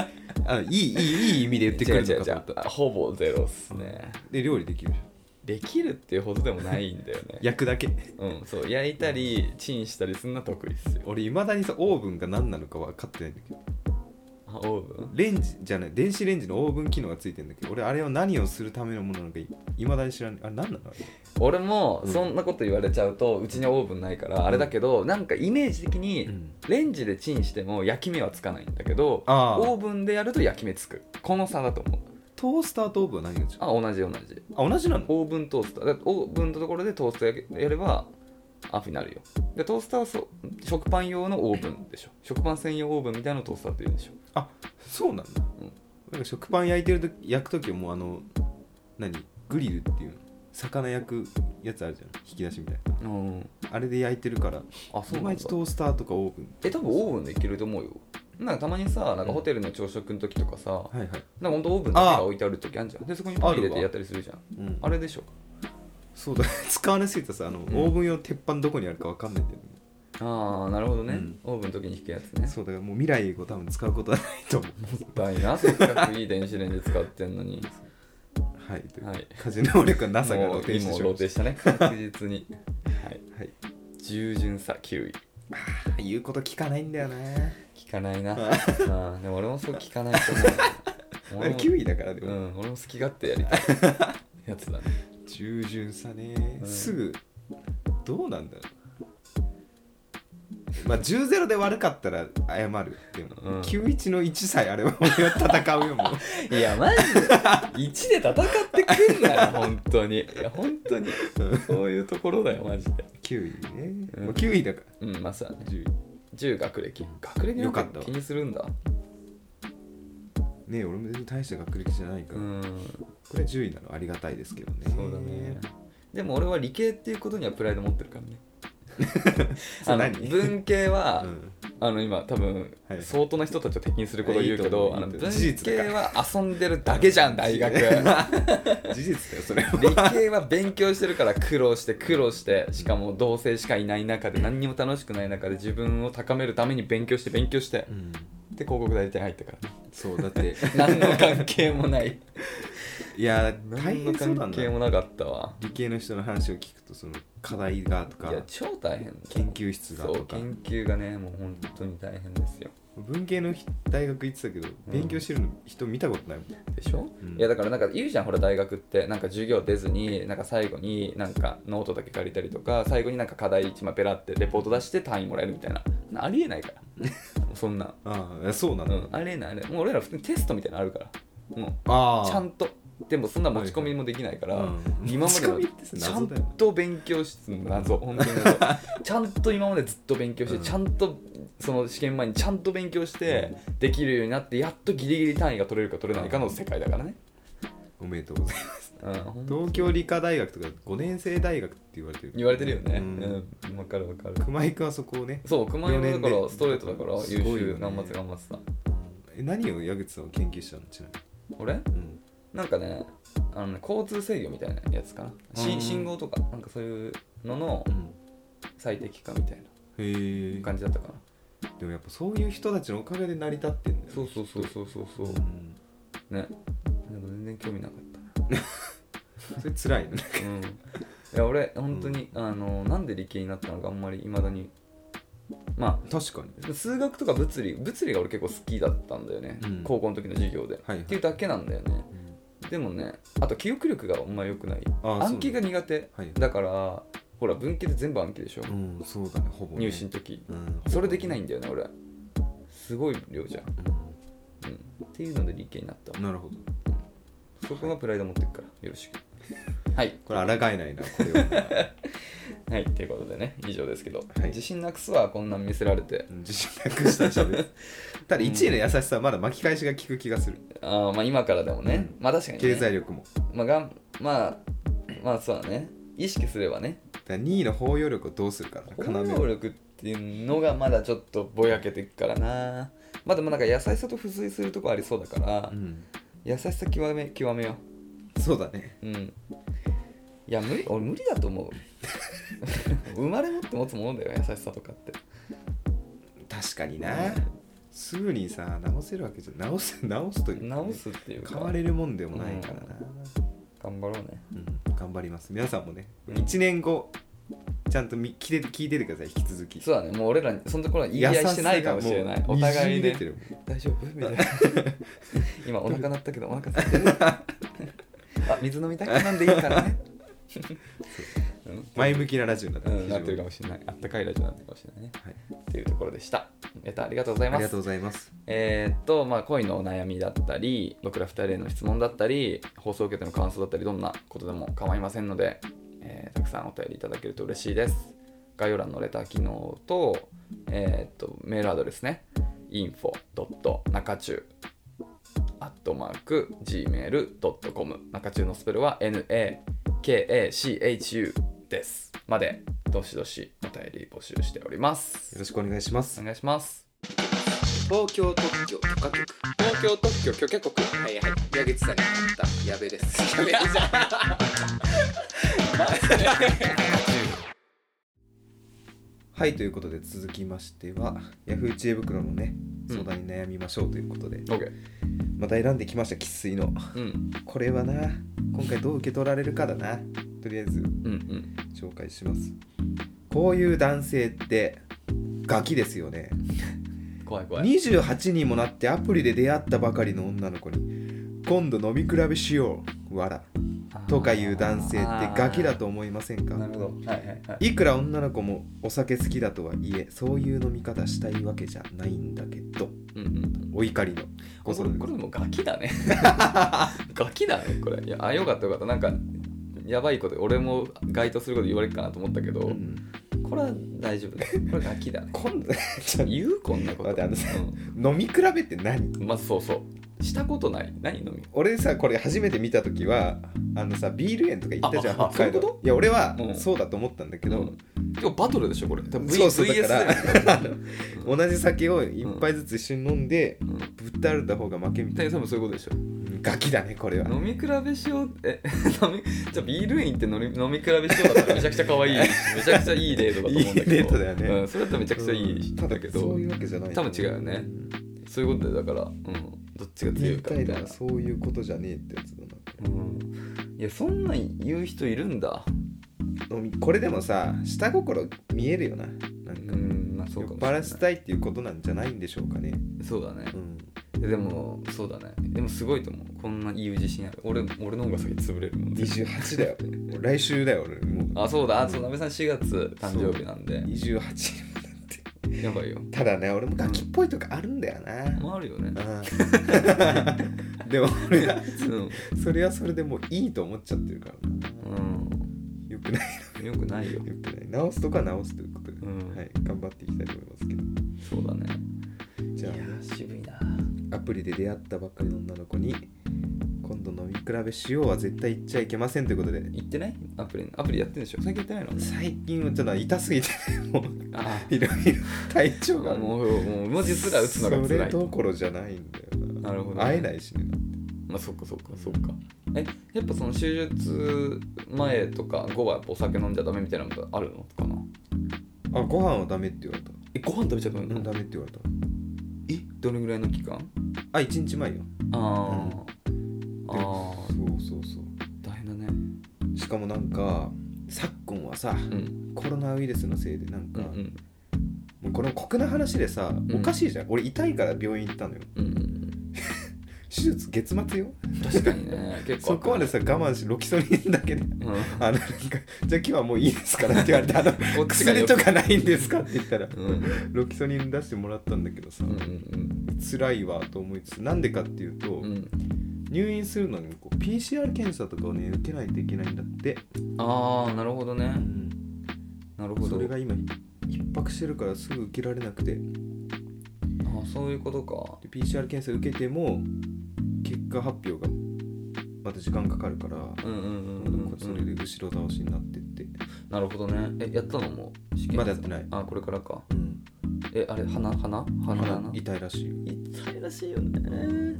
あいいいいいい意 味で言ってくれる
違う
のか
違
と思っ
う違う
た
ほぼゼロっすね
で料理できるじゃん
できるっていうほどでもないんだよね
焼くだけ
うんそう焼いたりチンしたりすんな得意っすよ
俺いまだにさオーブンが何なのか分かってないんだけど
あオーブン
レンジじゃない電子レンジのオーブン機能がついてんだけど俺あれは何をするためのものなのかいまだに知らないあれ何なのあれ
俺も
うん
そんなこと言われちゃうとうちにオーブンないからあれだけどなんかイメージ的に
うん
レンジでチンしても焼き目はつかないんだけど
あー
オーブンでやると焼き目つくこの差だと思う
トースターとオーブンは何が違う
あ同じ同じ
あ同じなの
オーブントースターだからオーブンのところでトーストやけやればアフになるよでトースターはそう食パン用のオーブンでしょ食パン専用オーブンみたいなのをトースターって言うんでしょ
あそうなんだ、
うん
なんか食パン焼いてると焼く時はもうあの何グリルっていうの魚焼くやつあるじゃん引き出しみたい
うん
なあれで焼いてるから
あそう
い
な
ま
ん
い
だ
ちトースターとかオーブン
え多分オーブンでいけると思うよなんかたまにさなんかホテルの朝食の時とかさ、
はいはい、
なんかほんとオーブンだけが置いてある時あるじゃんでそこにパン入れてやったりするじゃん
うん、
あれでしょ
そうだ 使わなすぎたさあの、
ん
オーブン用の鉄板どこにあるか分かんないんだよね
ああなるほどね、
うん
オーブンの時に引くやつね
そうだからもう未来を多分使うことはないと思
もったいなせっかくいい電子レンジ使ってんの に
うはいという、
はい
家事能力は NASA が
も
露
う
呈して
も
し
う
まい
ロ
まし
したね確実にはい
たはい
従順さ9位
あ言うこと聞かないんだよね
聞かないなあーでも俺もそう聞かないと思 う俺も
9位だからで
う
も、
ん俺も好き勝手やりたいやつだね
従順さね、
うん
すぐどうなんだろうまあ10ゼロで悪かったら謝るでも、
うん
91の1さえあれば俺は戦うよも う
いやマジで1で戦ってくんなよ本当にいや本当に
うん
そういうところだよマジで
9位ね、
うん
もう9位だか
うんまあさ
ら10位
10学歴学歴
よ
よ
か
か
っ
ったた
わ
気にするんだ
ねえ俺も全然大した学歴じゃないから、
うん
これ10位なのありがたいですけどね
そうだねでも俺は理系っていうことにはプライド持ってるから ね
そ
あ
れ
の
何
文系は、
うん
あの今多分
はい
相当な人たちを敵にすることを言うけ
いやいい
ど、
と思う
あの
いいと思
文
う事実
系
だか
は遊んでるだけ じゃん大学
事実だよそれは
理系は勉強してるから苦労して苦労してしかも同性しかいない中で何にも楽しくない中で自分を高めるために勉強して勉強して
うん
で広告代理店入ったからね
そうだって
何の関係もない
いや大
何
変そう
の
な
関
んだ
係もなかったわ
理系の人の話を聞くとその課題がと
い
か
や超大変だ
研究室が
そ
と
う
か
研究がねもう本当に大変ですよ
文系の人大学行ってたけど勉強してるの人見たことないもん、
でしょ、
うん
いやだからなんか言うじゃんほら大学ってなんか授業出ずになんか最後になんかノートだけ借りたりとか最後になんか課題1枚ペラってレポート出して単位もらえるみたいななありえないから そんな
ああそうな
う
の、
ん、あれなあれもう俺ら普通にテストみたいなのあるからもう
ああ
ちゃんとでもそんな持ち込みもできないから、
うん
今まで
持ち込
は
みって
ちゃ
謎
ん
だよね
と勉強し 謎本当に謎ちゃんと今までずっと勉強して、
うん
ちゃんとその試験前にちゃんと勉強してできるようになってやっとギリギリ単位が取れるか取れないかの世界だからね、
おめでとうございます
うん、ほんと
東京理科大学とか5年生大学って言われてる
言われてるよね、う
うん
ん分かる分かる
熊井君はそこをね
そう熊井もだ
四
か
年
ら
で
ストレートだから
す
優
ごいよ
秀
ね
頑張って頑張ってた
え何を矢口さんは研究したのちな
俺
みに、
なんかねあのね交通制御みたいなやつかな、し
うん
信号とかなんかそういうのの
うん
最適化みたい
へえ
な感じだったかな
でもやっぱそういう人たちのおかげで成り立ってんだよ
そうそうそうそうそうそう
うん
ねなんか全然興味なかった
それ辛いね
うん、いや俺本当に、あのなんで理系になったのかあんまりいまだにま
確かに
あ数学とか物理物理が俺結構好きだったんだよね、
うん
高校の時の授業で、
はいはい
っていうだけなんだよね
うん
でもねあと記憶力があんま良くない
あ
暗記が苦手、
はい
だからほら文系で全部暗記でしょ、
うんそうだねほぼね
入試の時
うん、
それできないいんだよね俺すごい量じゃん、
う
うん、っていうので理系になった
んなるほど
そこがプライド持ってくからよろしくはい
これ抗えないなこれは
はい、ということでね、以上ですけど、
はい
自信なくすわ、こんなん見せられて
う、ん自信なくしたしゃ べただ1位の優しさはまだ巻き返しが効く気がする
あーまあ、今からでもね、
う
まあ確かに、ね、
経済力も
まあがん、まあ、まあそうだね、意識すればね、
だから2位の包容力をどうするかな
包
要
容力っていうのがまだちょっとぼやけていくからな、まあでもなんか優しさと付随するとこありそうだから、
うん
優しさ極め、極めよ
そうだね
う。うん。いや、無理、俺無理だと思う。 生まれ持って持つものだよ、優しさとかって。
確かになすぐにさ直せる わけじゃ直す直すというかね
直すっていうか、
変われるもんでもないからな、
頑張ろうね。
うん頑張ります皆さんもね1年後ちゃんとみ聞いて聞いててください引き続き
そうだね、もう俺ら、そのところは言い合いしてないかもしれない。お互い
で
で、大丈夫み たいな。今お腹鳴ったけど、お腹空いてる。あ、水飲みたいなんでいいから ね。 うん
前向きなラジオになって
う
る,、
ん、なってるかもしれない。あったかいラジオになってるかもしれないね。
はい、
っていうところでした。えっと、ありがとうござい
あ
ま
り
す
が。とうございます
えーっと、まあ、恋のお悩みだったり、僕ら2人への質問だったり、放送を受けての感想だったり、どんなことでも構いませんので、えーたくさんお便りいただけると嬉しいです。概要欄のレター機能と、えーっと、メールアドレスね、info.nakachu アットマーク gmail.com 中中のスペルは nakachu です。まで、どしどしお便り募集しております
よ。ろしくお願いします
お願いします。
東京特許許可局
東京特許許可局
はいはい矢口さんに会ったやべですやべ です
はいということで続きましては Yahoo 知恵袋のね
うん
相談に悩みましょうということで、
OK
また選んできました生粋の
うん
これはな今回どう受け取られるかだなとりあえず
うんうん
紹介しますこういう男性ってガキですよね
怖い怖い
28にもなってアプリで出会ったばかりの女の子に今度飲み比べしようわらとかいう男性ってガキだと思いません
な
か
るほどはいはいはい
いくら女の子もお酒好きだとはいえそういう飲み方したいわけじゃないんだけど
うんうん
お怒りのご
こ
相
れこれ
談
もうガキ だねガキだねこれいやあよかったよかったなんかやばいこと俺も該当すること言われるかなと思ったけど、
うん
これは大丈夫だよこれガキだね
今度 ちょっと
言うこんなこと
待ってあのさ飲み比べって何
うんまずそうそうしたことない何飲み
俺さこれ初めて見た時はあのさビール園とか行ったじゃん
ああ
北海道
そういうこ
いや俺は
うん
そうだと思ったんだけど、
うん今日バトルでしょこれ多分 V-
そうそう
VS
だから
だよ
同じ酒を一杯ずつ一緒に飲んで、
うん
ぶっ倒れた方が負けみたい
大丈夫そういうことでしょ
なガキだねこれは
飲み比べしようえ 飲みじゃあビール園行って飲み飲み比べしようだったらめちゃくちゃ可愛 いめちゃくちゃいいデートだと思うんだけど
いいデートだよね
うん、それだったらめちゃくちゃいい
ただ
だけ
け
ど
ど
そ
そうう
い
いううわけじゃない
多分違うよねことでだから、うん、どっちが強い
絶
かみ
対
たい
だ
な、
そういうことじゃねえってやつだな
うん、いやそんなん言う人いるんだ
飲みこれでもさ下心見えるよななんか、
うんまあそ
酔
う
っ払
かもしれない
わせたいっていうことなんじゃないんでしょうかね、
そうだね
うん、
でもそうだねでもすごいと思うこんな言う自信ある俺俺の方が先潰れるもん
28だよ もう来週だよ俺もう
あそうだあそうなべさん4月誕生日なん
28
で
にもなって
やばいよ
ただね俺もガキっぽいとかあるんだよな、
もうあるよね
うん でも俺は、うん、それはそれでもういいと思っちゃってるからな
うん
よくない
よくないよ
よくない直すとか直すということで、
うん
はい、頑張っていきたいと思いますけど
そうだね
じゃ
ー渋いな
あアプリで出会ったばっかりの女の子に今度飲み比べしようは絶対言っちゃいけませんということで
行ってないアプリアプリやってるでしょ最近行ってないの
最近はちょっと痛すぎてもう
あ
いろいろ体調が
あもうもう文字すら打つのが
そ
辛
れ
い
どころじゃないんだよな
なるほどね
会えないしね
まあそっかそっかそっかえやっぱその手術前とか後はやっぱお酒飲んじゃダメみたいなのがあるのかな
あご飯はダメって言われた
えご飯食べちゃダメ
う
なんの
ダメって言われた
えどれぐらいの期間
あ一1日前よ
あー、
で
あー
そうそうそう
大変だね
しかもなんか昨今はさ、
うん
コロナウイルスのせいでなん
う
か、
んうん
もうこれ酷な話でさ、
ん
おかしいじゃん俺痛いから病院行ったのよ
うんうん
手術月末よ
確かにね 結構
そこまでさ我慢しロキソニンだけで
うん
あのなんかじゃあ今日はもういいですからって言われてあ の
こっちが
薬
よ
とかないんですかって言ったら
うんうん
ロキソニン出してもらったんだけどさ、
うん
辛いわと思いつつなんでかっていうと、
うん
入院するのにこう PCR 検査とかをね受けないといけないんだって、
ああなるほどねなるほど
それが今逼迫してるからすぐ受けられなくて
あそういうことか
で PCR 検査受けても結果発表がまた時間かかるから、
うんうんうん
ど
うんん
どん
う
そ
ん
れで後ろ倒しになってって、
なるほどねえやったのもう試験
まだやってない
あこれからか
うん、
えあれ鼻鼻鼻だな
痛いらしいよ
痛いらしいよね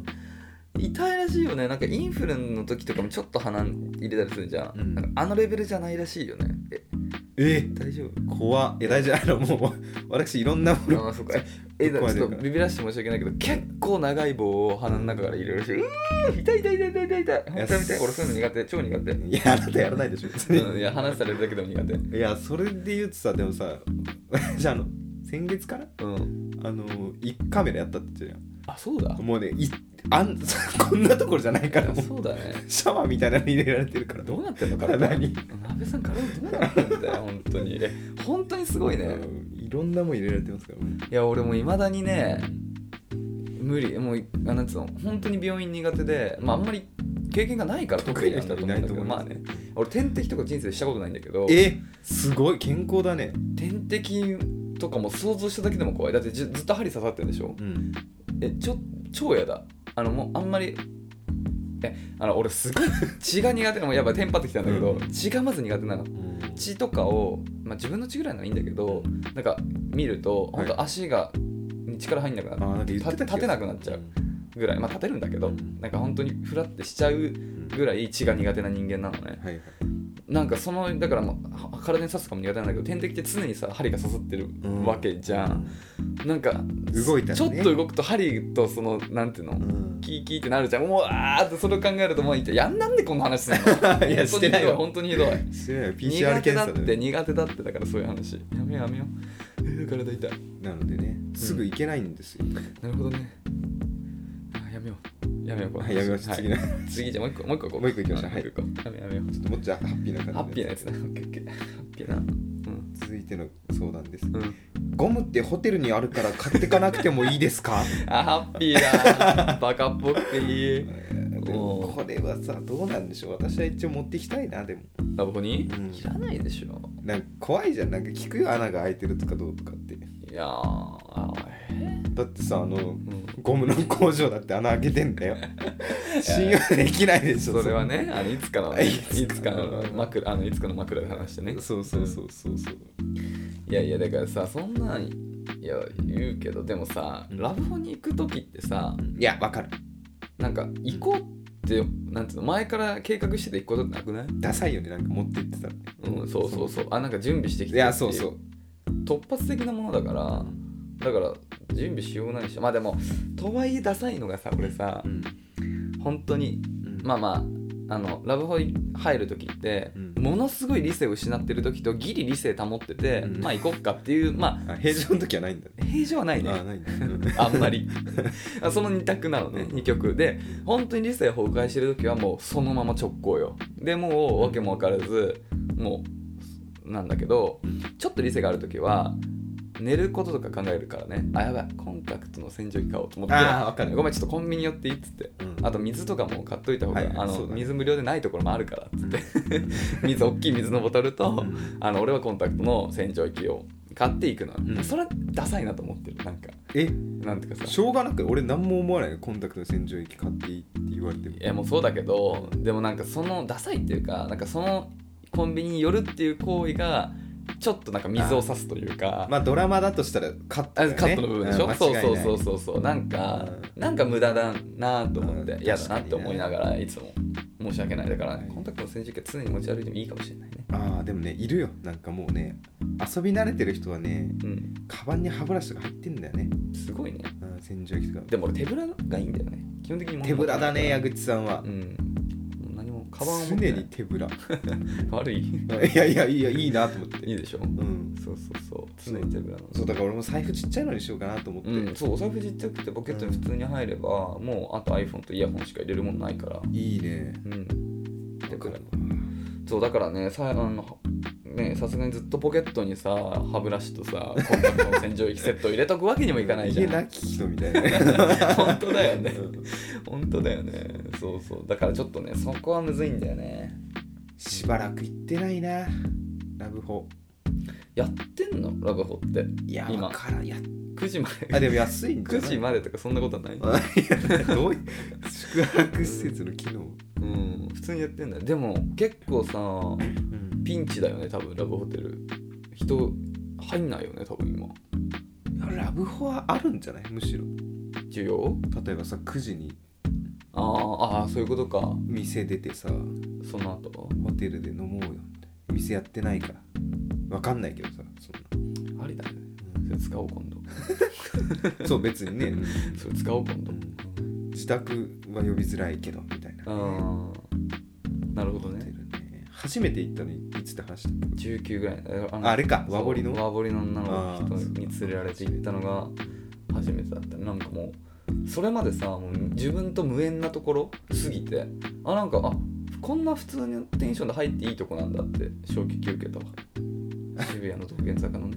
痛いらしいよねなんかインフルの時とかもちょっと鼻入れたりするじゃん,、
うん
なんかあのレベルじゃないらしいよねえ
え
大丈夫
怖っえ大事あのもう私いろんなもの
ああそっかええだ
怖い
ちょっとビビらして申し訳ないけど結構長い棒を鼻の中から入れるらしいうーん痛い痛い痛い痛い痛い痛い本当
い
に痛い
や
俺そういうの苦手超苦手
いやあなたやらないでしょ別に、
うん、いや話されるだけでも苦手
いやそれで言うとさでもさ じゃああの先月から
うん
あの1カメラやったって言って
あそうだ
たじゃんもうねいあん こんなところじゃないからもう
そうだね
シャワーみたいなの入れられてるから
どうなってんの 体
体に、
安倍さん体どうなってんだよ本当に え本当にすごいね、
うんいろんなもん入れられてますからね
いや俺もいまだにね無理もうあなんつうの本当に病院苦手でまああんまり経験がないから得意な人だと思うんだけどまあね俺点滴とか人生したことないんだけど
えすごい健康だね
点滴とかも想像しただけでも怖いだってじずっと針刺さってるでしょ
うん
えちょ超やだあのもうあんまりえあの俺すごい 血が苦手なのやっぱテンパってきたんだけど、
うん
血がまず苦手なの血とかを、まあ、自分の血ぐらいならいいんだけどなんか見ると
はい
本当足が、に力入んなくな
あな
って
んか言ってた
立て立てなくなっちゃうぐらいまあ立てるんだけど、
うん
なんか本当にフラってしちゃうぐらい血が苦手な人間なのね
はいはい
なんかそのだからもうは体に刺すかも苦手なんだけど点滴って常にさ針が刺さってるわけじゃん、なんか
動いたらね
ちょっと動くと針とそのなんていうの、
うん
キーキーってなるじゃんもうあーってそれを考えるともういいやんなんでこんな話する の
いやしてないわ
本当にひどい本当にひどい
してないよ
苦
PCR
手
検
だ
査
っ
だよ
て苦手だってだからそういう話やめようやめよううー体痛い
なのでねすぐ行けないんですよ、
なるほどねあやめようやめようこの
は
話
いやめましょう
はい
次の
次じゃあもう一個もう一個こ
もう一個行きましょう
はいもう一個行こうやめやめよう
ちょっともっちゃハッピーな感じ
ハッピーなやつだオッケーオッケーハッピーなうん
続いての相談です
うん
ゴムってホテルにあるから買ってかなくてもいいです か
あハッピー だバカっぽくていい
えーでもこれはさどうなんでしょう私は一応持ってきたいなでも
ラボに、
うん
いらないでしょ
なんか怖いじゃんなんか聞くよ穴が開いてるとかどうとかって
いやーあえ
だってさあの
ーうん
ゴムの工場だって穴開けてん だよ信用できないでしょ
それはねあのいつかの、
い
い
つかの
つかの枕あのいつかの枕で話してね
そうそうそうそうそう
いやいやだからさそんなんいや言うけどでもさラブホに行く時ってさ
いやわかる
なんか行こうってなんていうの前から計画してて行くことってなくない
ダサいよねなんか持って行ってたら
うんそうそうそうあなんか準備してきて
いやそうそう
突発的なものだからだから準備しようがないしまあでもとはいえダサいのがさ俺さ
うん
本当にまあまああのラブホに入る時って、
うん
ものすごい理性を失ってる時とギリ理性保ってて、
うん
まあ行こっかっていうま
あ平常の時はないんだね
あ平常はないね
あないんだね
あんま りあその2択なのね2曲で本当に理性崩壊してる時はもうそのまま直行よでもう訳も分からずもうなんだけどちょっと理性がある時は寝ることとか考えるからねあやばいコンタクトの洗浄機買おうと思って
ああわかる
ごめんちょっとコンビニ寄っていいっつって、
うん
あと水とかも買っといた方が、
はいはい
あ
そ
の
うだね
水無料でないところもあるからっつって水大きい水のボトルと、あの俺はコンタクトの洗浄機を買っていくの、
ん
それはダサいなと思ってるなんか
え
なんていうか
し
さ
ょうがなく俺何も思わないよコンタクトの洗浄液買っていいって言われても
いやもうそうだけどでもなんかそのダサいっていうかなんかそのコンビニに寄るっていう行為がちょっとなんか水を差すというか
まあドラマだとしたらカットだ
あ
よね
カットの部分でしょ、
ん
そう
間違い
そう
ない
そうそうそうなんか、なんか無駄だなと思って
うん
嫌、だ
確
な
かに
っ
ね
て思いながらいつも申し訳ないだから、
はい
コンタクトの洗浄機は常に持ち歩いてもいいかもしれないね
ああでもねいるよなんかもうね遊び慣れてる人はね
うん
カバンに歯ブラシとか入ってんだよね、
すごいね
うん、洗浄液とか
でも俺手ぶらがいいんだよね基本的に物
手ぶらだね
持
矢
って
口さんは
ないからうんもう何もカバンを持
常
ってな
に
い
手ぶら
悪い
いやいやいやいいなと思って
いいでしょ
うん
そうそうそう常に手ぶらなの
そうだから俺も財布ちっちゃいのにしようかなと思って、
うん、そうお財布ちっちゃくてポケットに普通に入れば、もうあと iPhone とイヤホンしか入れるもんないから
いいね
うんだから
わ
そうだからねさあのねさすがにずっとポケットにさ歯ブラシとさコンタクトの洗浄液セットを入れとくわけにもいかないじゃ
家なんき人みたいな ね
本当だよね
うん
本当だよねそうそうだからちょっとねそこはむずいんだよね
しばらく行ってないなラブホ
やってんのラブホって
いや
今
わからんや
9時ま
あで
で
も安いんじゃ
9
ない
時までとかそんなことはない
いやどういう宿泊施設の機能、
うん普通にやってんだよでも結構さピンチだよね多分ラブホテル人入んないよね多分今
ラブホはあるんじゃないむしろ
需要
例えばさ9時に
あーあーそういうことか
店出てさ
その後
ホテルで飲もうよって店やってないからわかんないけどさそ
ありだね
ん
それ使おう今度
なそう別にね、
それ使おう今度
うん自宅は呼びづらいけどみたいな、
ああなるほど
ホテ
ね
ルね初めて行ったのいつって話したっけ
19ぐらいえあ
ああれか
そう
和彫りの
和彫りの女の
あ
子
ー
人に連れられて行ったのが初めてだったなんかもうそれまでさもう自分と無縁なところ過ぎてあなんかあこんな普通のテンションで入っていいとこなんだって衝撃受けたわ渋谷の道玄坂のね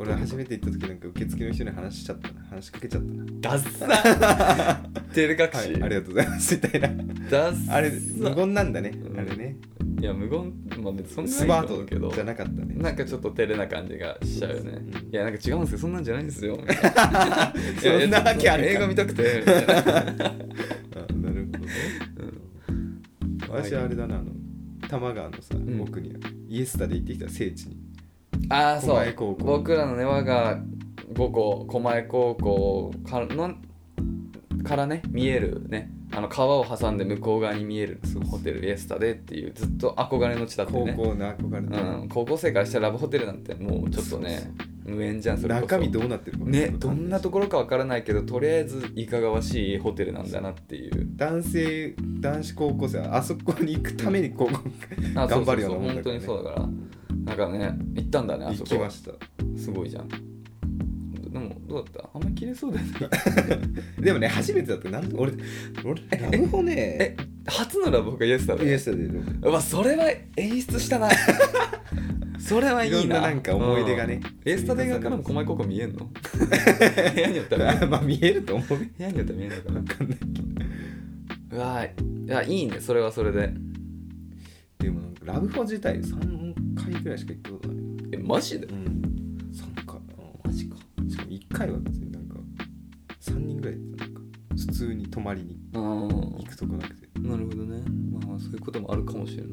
俺初めて行った時なんか受付の人に話しちゃったな話しかけちゃったな
ダッサ照れ隠
はい
し、
ありがとうございますみたいな
ダッサ
あれ無言なんだね
うん
あれね
いや無言まあ別にそん
スマ
なにいいと思うけ
ー
ど
トじゃなかったね
なんかちょっと照れな感じがしちゃうよね
うん
いやなんか違うんですよそんなんじゃないんですよみたいな
そんなわけあるか
いやいやちょっと映画見たくてみたいな
あなるほどね、私はあれだなあの多摩川のさ、
ん
奥にあるイエスタで行ってきた聖地に
ああそ
狛江
う
高校
僕らのね我が母校狛江高校からのからね見えるねあの川を挟んで向こう側に見える
そうそう
ホテルイエスタでっていうずっと憧れの地だった
高
よね
校の憧れ
う
の、
ん、高校生からしたらラブホテルなんてもうちょっとね
そう
無縁じゃんそれこそ
中身どうなってるかわかんな
ね
い
どんなところかわからないけどとりあえずいかがわしいホテルなんだなっていう
男性男子高校生はあそこに行くために高校
あ
頑張るようなもん
そうそうそう本
だ
当
から、
に
ね、
そうだからなんかね行ったんだねあそ
行き
こ
ま
は
した
すごいじゃんでもどうだったあんまり切れそうだよね
でもね初めてだったなん俺俺なるほどね
え初のラブホがイエスだ
イ
ね
エスタでいろん
うわそれは演出したな それはいいない
ろんななんか思い出がね
うんイエスタ大学からも狛江高校見えん の部屋によっては見えん
なまあ見えると思う
部屋によっては見えんのかな
分かんないけど
うわーいやいいねそれはそれで
でもなんかラブホ自体3回ぐらいしか行ったことない
えマジで
うん、3回、
マジか
しかも1回は別になんか3人ぐらいでなんか普通に泊まりに
うん
行くとこなくて
なるほどねまあそういうこともあるかもしれない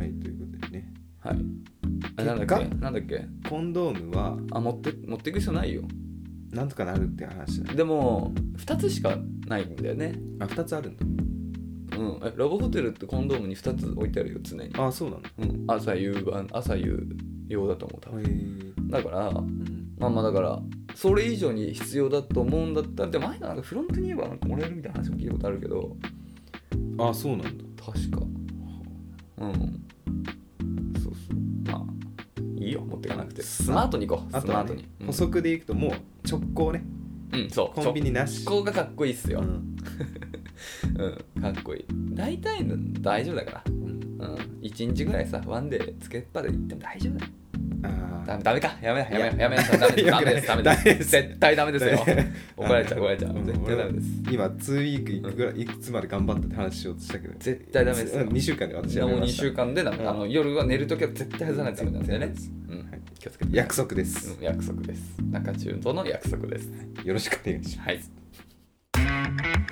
はいということでね
はいあ
結果
なんだっけなんだっけ
コンドームは
あ持って持っていく必要ないよ
なんとかなるって話だね
でも2つしかないんだよね
あ2つあるんだ
うんえラブホテルってコンドームに2つ置いてあるよ常に、
あそうなんだ
うん、朝夕晩朝夕用だと思う多分
へえ
だからまあまあだからそれ以上に必要だと思うんだったらでも前のなんかフロントに言えばなんかもらえるみたいな話も聞いたことあるけど
あそうなんだ
確かうんそうそうまあいいよ持ってかなくてスマートに行こう
あ
ス
と
マ
は、
ート
ね
に、うん
補足でいくともう直行ね
うんそう
コンビニなし
直行がかっこいいっすよ、
うん
うん、かっこいい大体の大丈夫だから、うん、1日ぐらいさワンデーつけっぱで行っても大丈夫だよ
うん
ダメダメかやめやめやめ
いや
ダメですダ
よくな
メ
い
ですダメです
ダメです
絶対ダメですよ
ダメ
怒られちゃう怒られちゃう
うん
絶対ダメです
今2ウィークいくぐらいいくつまで頑張ったって話しようとしたけど
絶対ダメですよ
2週間で私
いや
やめ
もう
ま
2
した
週間でダメ、
うん
あの夜は寝るときは絶対外さないとダメなんでね
絶対、
うん
はい
気をつけて
約束です
うん約束です中中との約束です
よろしくお願いしま
はい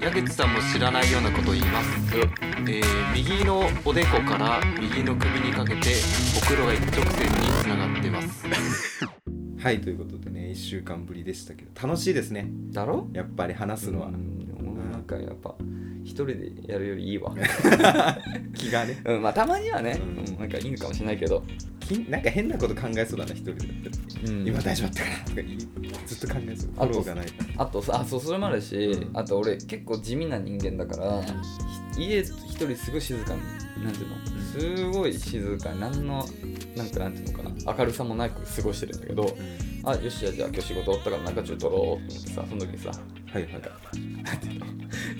矢口さんも知らないようなことを言います、えー右のおでこから右の首にかけてほくろが一直線につながってます
すはいということでね1週間ぶりでしたけど楽しいですね
だろ
やっぱり話すのは
うんでもなんかやっぱ一人でやるよりいいわ
気がね
うんまあたまにはね、
うん
うんなんかいいのかもしれないけど、
きなんか変なこと考えそうだな一人で
うん
今大丈夫だったかなとか言いずっと考えそうフ
あ
ォローがない
あとさあそうそれもあるし、
うん
あと俺結構地味な人間だからひ家一人すごい静かになんていうのすごい静かに何のなんかなんていうのかな明るさもなく過ごしてるんだけどあよしやじゃあ今日仕事終わったから中中取ろうと思ってさその時にさ
はいはい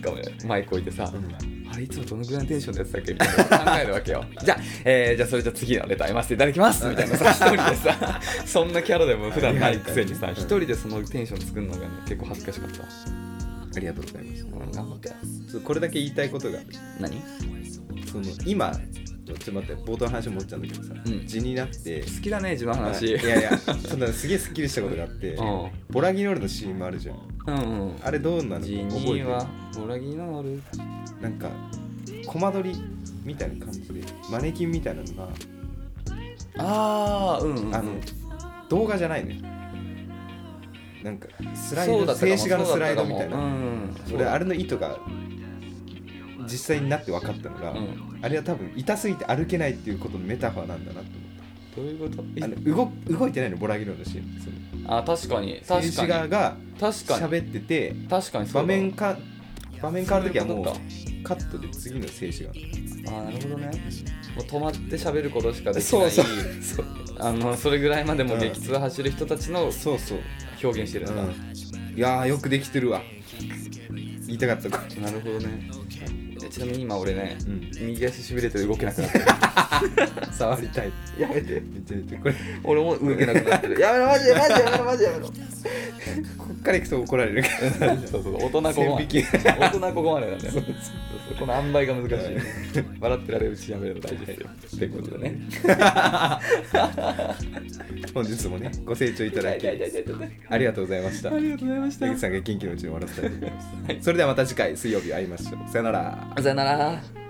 ごめんマイク置いてさ、
うん
あれいつもどのぐらいのテンションでやってたっけみたいなのを考えるわけ よじゃあ、えーじゃあそれじゃあ次のレター読ませていただきますみたいなさ一人で さそんなキャラでも普段ないくせにさ
うん
一人でそのテンション作るのがね結構恥ずかしかったわ
ありがとうございます
うん頑張って
ちょっとこれだけ言いたいことがある
何好
その今ちょっと待って冒頭の話持っちゃうんだけどさ
うん
地になって
きだね自分の
はい
話
いやいやそんなすげえすっきりしたことがあって
うん
ボラギノールのシーンもあるじゃん
うんうん
あれどうなの
ジニ
覚えて
ー
る
はボラギノール
なんかコマ撮りみたいな感じでマネキンみたいなのが
ああうんうん
あの動画じゃないのよなんかスライ
そう
ド
だったか
静
も
止画のスライドみたい
そうだったかもう
なん
うん
俺あれの意図が実際になって分かったのが、
うん
あれは多分痛すぎて歩けないっていうことのメタファーなんだなと思っ
どういうこと
たあの動動いてないのボラギノールのシーンその
あ確かに
静
確
止
かに
画が
確かに
喋ってて
確かにそうだ
場面か場面変わるときは
そうい
もう
うこと
カ
か
ットで次の静止画
あーなるほどねもう止まって喋ることしかできない
そうそう
そうあのそれぐらいまでも
うん
激痛走る人たちの
そうそう、
表現してるんだ、
うん、いやーよくできてるわ言いたかったこ
なるほどねえちなみに今俺ね、
うん
右足しびれて動けなくなってる
れ触りたいやめてめちゃめちゃこれ
俺も動けなくなってるやめろマジでマジでやめろマジでやめろ
こっから行くと怒られるから
そうそう大人ここまで
線引き
大人ここまでなんだよそうそうこの塩梅が難しい笑ってられるうちやめるの大事ですよってことでね
本日もねご清聴いただき
痛い痛い痛い痛い痛い
ありがとうございました
ありがとうございました
矢口さんが元気のうちに終わらせたいと思いますそれではまた次回水曜日会いましょうさよなら
さよなら